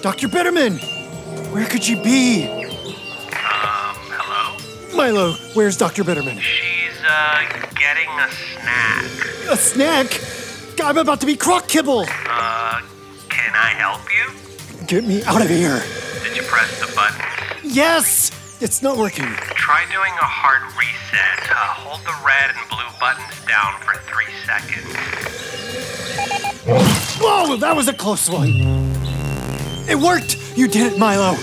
Dr. Bitterman! Where could she be? Um, hello? Milo, where's Dr. Bitterman? She's, uh, getting a snack. A snack? I'm about to be crock kibble! Uh, can I help you? Get me out of here! Did you press the button? Yes! It's not working. Try doing a hard reset. Uh, hold the red and blue buttons down for three seconds. Whoa, that was a close one! It worked! You did it, Milo!